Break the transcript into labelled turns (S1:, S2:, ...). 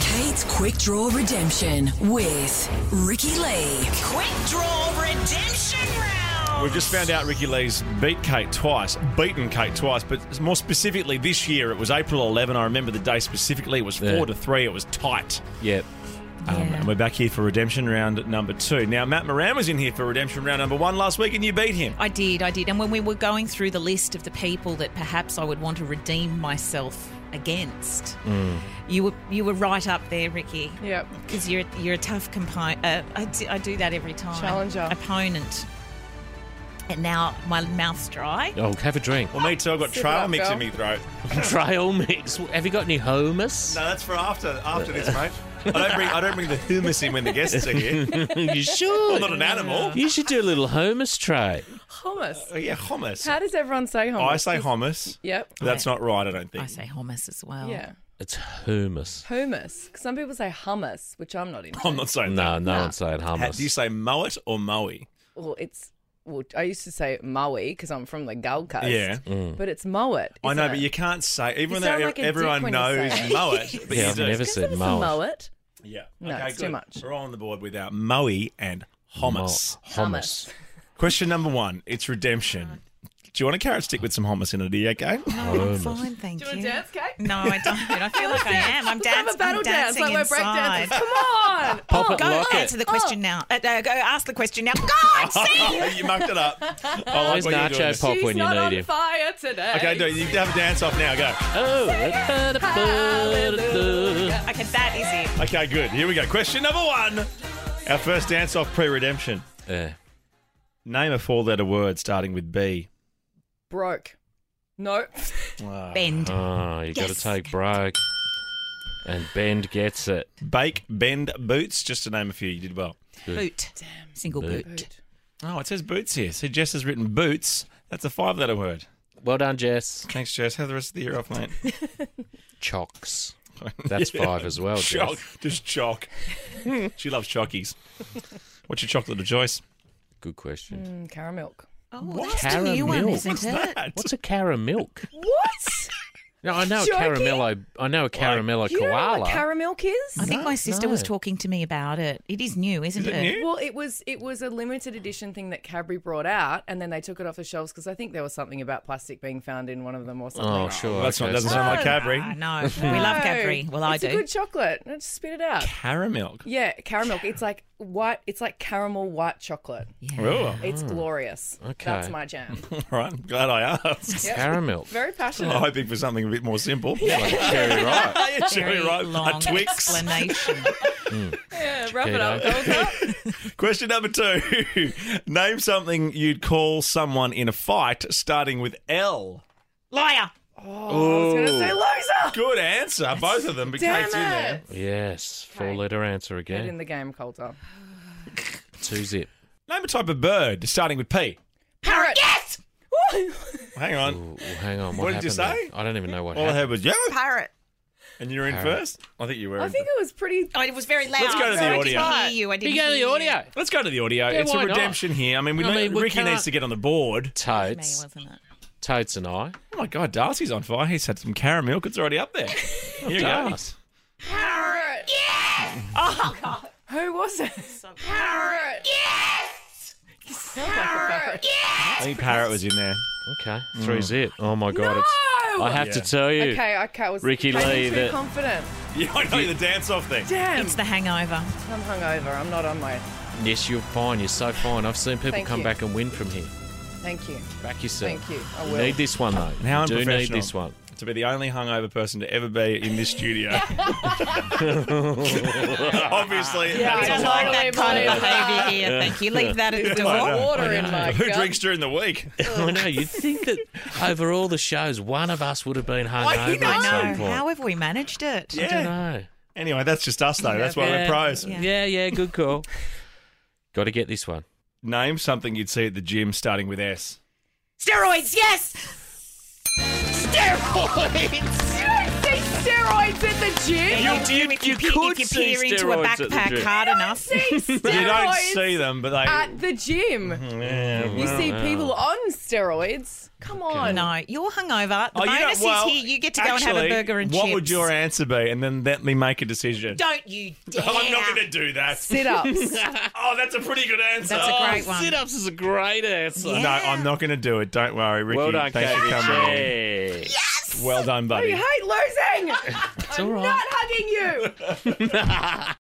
S1: It's Quick Draw Redemption with Ricky Lee.
S2: Quick Draw Redemption Round.
S3: We've just found out Ricky Lee's beat Kate twice, beaten Kate twice, but more specifically this year, it was April 11. I remember the day specifically. It was four
S4: Yeah.
S3: to three. It was tight.
S4: Yep.
S3: Um, And we're back here for redemption round number two. Now, Matt Moran was in here for redemption round number one last week, and you beat him.
S2: I did, I did. And when we were going through the list of the people that perhaps I would want to redeem myself against,
S4: Mm.
S2: you were you were right up there, Ricky.
S5: Yep.
S2: Because you're you're a tough component. Uh, I, do, I do that every time.
S5: Challenger.
S2: opponent. And now my mouth's dry.
S4: Oh, have a drink.
S3: Well, me too. I've got
S5: Sip it
S3: trail
S5: up,
S3: mix in
S5: Bill.
S3: me throat.
S4: Trail mix. Have you got any hummus?
S3: No, that's for after after this, mate. I don't bring I don't bring the hummus in when the guests are here.
S4: you should.
S3: I'm not an animal.
S4: You should do a little hummus tray.
S5: Hummus.
S3: Oh, yeah, hummus.
S5: How does everyone say hummus?
S3: I say hummus.
S5: Yep.
S3: That's not right. I don't think.
S2: I say hummus as well.
S5: Yeah.
S4: It's hummus.
S5: Hummus. 'Cause Some people say hummus, which I'm not into.
S3: I'm not saying that.
S4: No, no one's saying
S3: Ha- Do you
S4: hummus.
S3: say mowat or mowy?
S5: Well, it's. Well, I used to say Maui because I'm from the Gold Coast.
S3: Yeah.
S2: Mm.
S5: But it's Mowat.
S3: I know,
S5: isn't
S3: but
S5: it?
S3: you can't say. Even though
S5: sound like a dick
S3: everyone
S5: when you say
S3: knows
S5: it.
S3: mowat, but
S4: Yeah,
S3: you
S4: I've
S3: do.
S4: never
S5: Just give
S4: said
S5: us a
S4: mullet.
S5: Mowat.
S3: Yeah.
S5: No,
S3: okay,
S5: it's too
S3: good.
S5: much.
S3: We're all on the board without mowy and hummus.
S4: Hummus.
S3: Question number one. It's redemption. Do you want a carrot stick with some hummus in it? Are you okay?
S2: No, I'm fine, thank you.
S5: you wanna dance, Kate?
S2: No, I don't. I feel like I am. I'm dancing.
S5: Have a battle
S2: I'm
S5: dance
S2: dancing
S5: like we're
S2: inside.
S5: breakdancers. Oh. Come on.
S4: Pop it,
S2: Go
S4: lock it.
S2: answer the question now. Uh, uh, go ask the question now. God, see?
S3: Oh, you mucked it up. I like
S4: Where's
S3: what you're doing.
S4: Nacho Pop
S5: She's
S4: when you
S5: not on
S4: need him?
S5: fire today.
S3: Okay, do it. you have a dance off now. Go.
S4: Oh.
S2: Okay, that is it.
S3: Okay, good. Here we go. Question number one. Our first dance off pre redemption.
S4: Yeah.
S3: Name a four letter word starting with B.
S5: Broke. No.
S2: Bend.
S4: Oh, you got to
S2: Yes.
S4: take broke. And Bend gets it.
S3: Bake, bend, boots, just to name a few. You did well.
S2: Boot. Single boot.
S4: Boot.
S3: Oh, it says boots here. So Jess has written boots. That's a five letter word.
S4: Well done, Jess.
S3: Thanks, Jess. Have the rest of the year off, mate.
S4: Chocks. That's five as well,
S3: Chalk.
S4: Jess.
S3: Just chalk. she loves chalkies. What's your chocolate of choice?
S4: Good question.
S5: Mm, Caramel.
S2: Oh, that's a
S4: Caramel.
S2: new one, isn't it?
S4: What's a caramilk?
S5: What?
S4: No, I know a
S5: Joking?
S4: caramello. I know a caramello
S5: You don't know
S4: koala.
S5: what caramel is?
S2: I think my sister
S4: no.
S2: was talking to me about it. It is new, isn't
S3: Is it new?
S5: Well, it was it was a limited edition thing that Cadbury brought out, and then they took it off the shelves because I think there was something about plastic being found in one of them or something.
S4: oh, sure.
S3: That's not-
S4: okay.
S3: doesn't sound like Cadbury.
S2: Ah, no, we love Cadbury. Well, I
S5: it's
S2: do.
S5: a good chocolate. I just spit it out.
S3: Caramel.
S5: Yeah, caramel. It's like white. It's like caramel white chocolate.
S3: Oh,
S5: It's glorious.
S4: Okay.
S5: that's my jam.
S3: all right. I'm glad I asked.
S4: Caramel.
S5: Very
S3: I'm
S4: Oh,
S5: passionate.
S3: hoping for something a bit more simple.
S4: Cherry ripe.
S3: Yeah,
S2: Very
S3: cherry ripe,
S2: long
S3: a Twix.
S2: explanation.
S5: yeah, wrap
S4: it up,
S3: Question number two. Name something you'd call someone in a fight starting with L.
S2: Liar.
S5: Oh, I was gonna say loser.
S3: Good answer, both of them. But
S5: Damn
S3: Kate's in there.
S5: it.
S4: Yes. Four letter answer
S5: Get in
S4: again.
S5: the game, Coulter.
S4: Two zip.
S3: Name a type of bird starting with P.
S5: Parrot.
S2: Yes.
S3: Hang on.
S4: Ooh, hang on. What,
S3: What did you
S4: happened there?
S3: say?
S4: I don't even know what
S3: All I
S4: happened.
S3: heard was yeah,
S2: Parrot.
S3: and you were in
S4: Parrot.
S3: first. I think you were.
S5: I
S3: in
S5: think
S3: first.
S5: it was pretty.
S2: Oh, it was very loud.
S3: Let's go to the audio.
S2: so I didn't hear you. I didn't
S4: You go to the
S2: hear you.
S4: audio.
S3: Let's go to the audio.
S4: Yeah,
S3: it's a
S4: why not?
S3: redemption here. I mean, we
S4: I
S3: know-
S4: mean, we
S3: Ricky
S4: can't-
S3: needs to get on the board.
S2: Me,
S4: Totes.
S2: wasn't it?
S4: Totes and I.
S3: Oh my God, Darcy's on fire. He's had some caramel. It's already up there. Here you go.
S4: Darcy.
S5: Parrot. Yeah. Oh God. Who was it? Parrot. Yes. You sound like a parrot.
S3: I think Parrot was in there.
S4: Okay. Three zip. Oh my god. It's, I have
S3: Mm.
S4: to
S3: Yeah.
S4: tell you.
S5: Okay, okay, I was
S4: Ricky
S5: I was
S4: Lee,
S5: too
S4: that-
S5: confident.
S3: Yeah, I know the dance off thing.
S5: Damn,
S2: It's the hangover.
S5: I'm hungover. I'm not on my.
S4: Yes, you're fine. You're so fine. I've seen people
S5: Thank
S4: come
S5: you.
S4: back and win from here.
S5: Thank you.
S4: Back yourself.
S5: Thank you. I
S4: You
S5: will.
S4: need this one though.
S3: How
S4: you do need
S3: unprofessional.
S4: this one.
S3: To be the only hungover person to ever be in this studio. Obviously,
S2: I
S3: that's
S2: don't
S3: a
S2: like
S3: lie.
S2: that kind of behaviour here. Thank you. Leave that at the door.
S5: Water in my
S3: Who
S5: gut.
S3: drinks during the week?
S4: I know. You'd think that over all the shows, one of us would have been hungover at some
S2: I know.
S4: point.
S2: How have we managed it?
S4: I don't know.
S3: Anyway, that's just us though. That's why we're
S4: Yeah.
S3: pros.
S2: Yeah.
S4: Yeah, yeah, good call. Got to get this one.
S3: Name something you'd see at the gym starting with S.
S2: Steroids, yes. Steroids.
S5: steroids at the gym?
S2: You,
S4: you-
S2: if you,
S4: you
S2: pe- if
S4: could
S2: you
S4: see
S2: peer into a
S4: steroids at the
S2: backpack
S4: gym.
S2: hard enough.
S3: You don't
S5: Steroids
S3: see them, but they.
S5: At the gym.
S3: Yeah,
S5: You
S3: well.
S5: see people on steroids. Come on.
S2: No, you're hungover. The
S3: Oh, you don't-
S2: bonus
S3: well,
S2: is here. You get to go and have a
S3: actually,
S2: burger and
S3: what
S2: chips.
S3: would your answer be? And then let me make a decision.
S2: Don't you dare.
S3: I'm not going to do that.
S5: Sit ups.
S3: Oh, that's a pretty good answer.
S2: That's a
S4: Oh,
S2: great one.
S4: sit-ups is a great answer.
S2: Yeah.
S3: No, I'm not going to do it. Don't worry, Ricky.
S4: Well done,
S3: Thanks for
S4: Katie.
S3: coming. in.
S4: Yeah.
S3: Well done, buddy.
S5: you hate losing.
S4: It's all right.
S5: Not hugging you.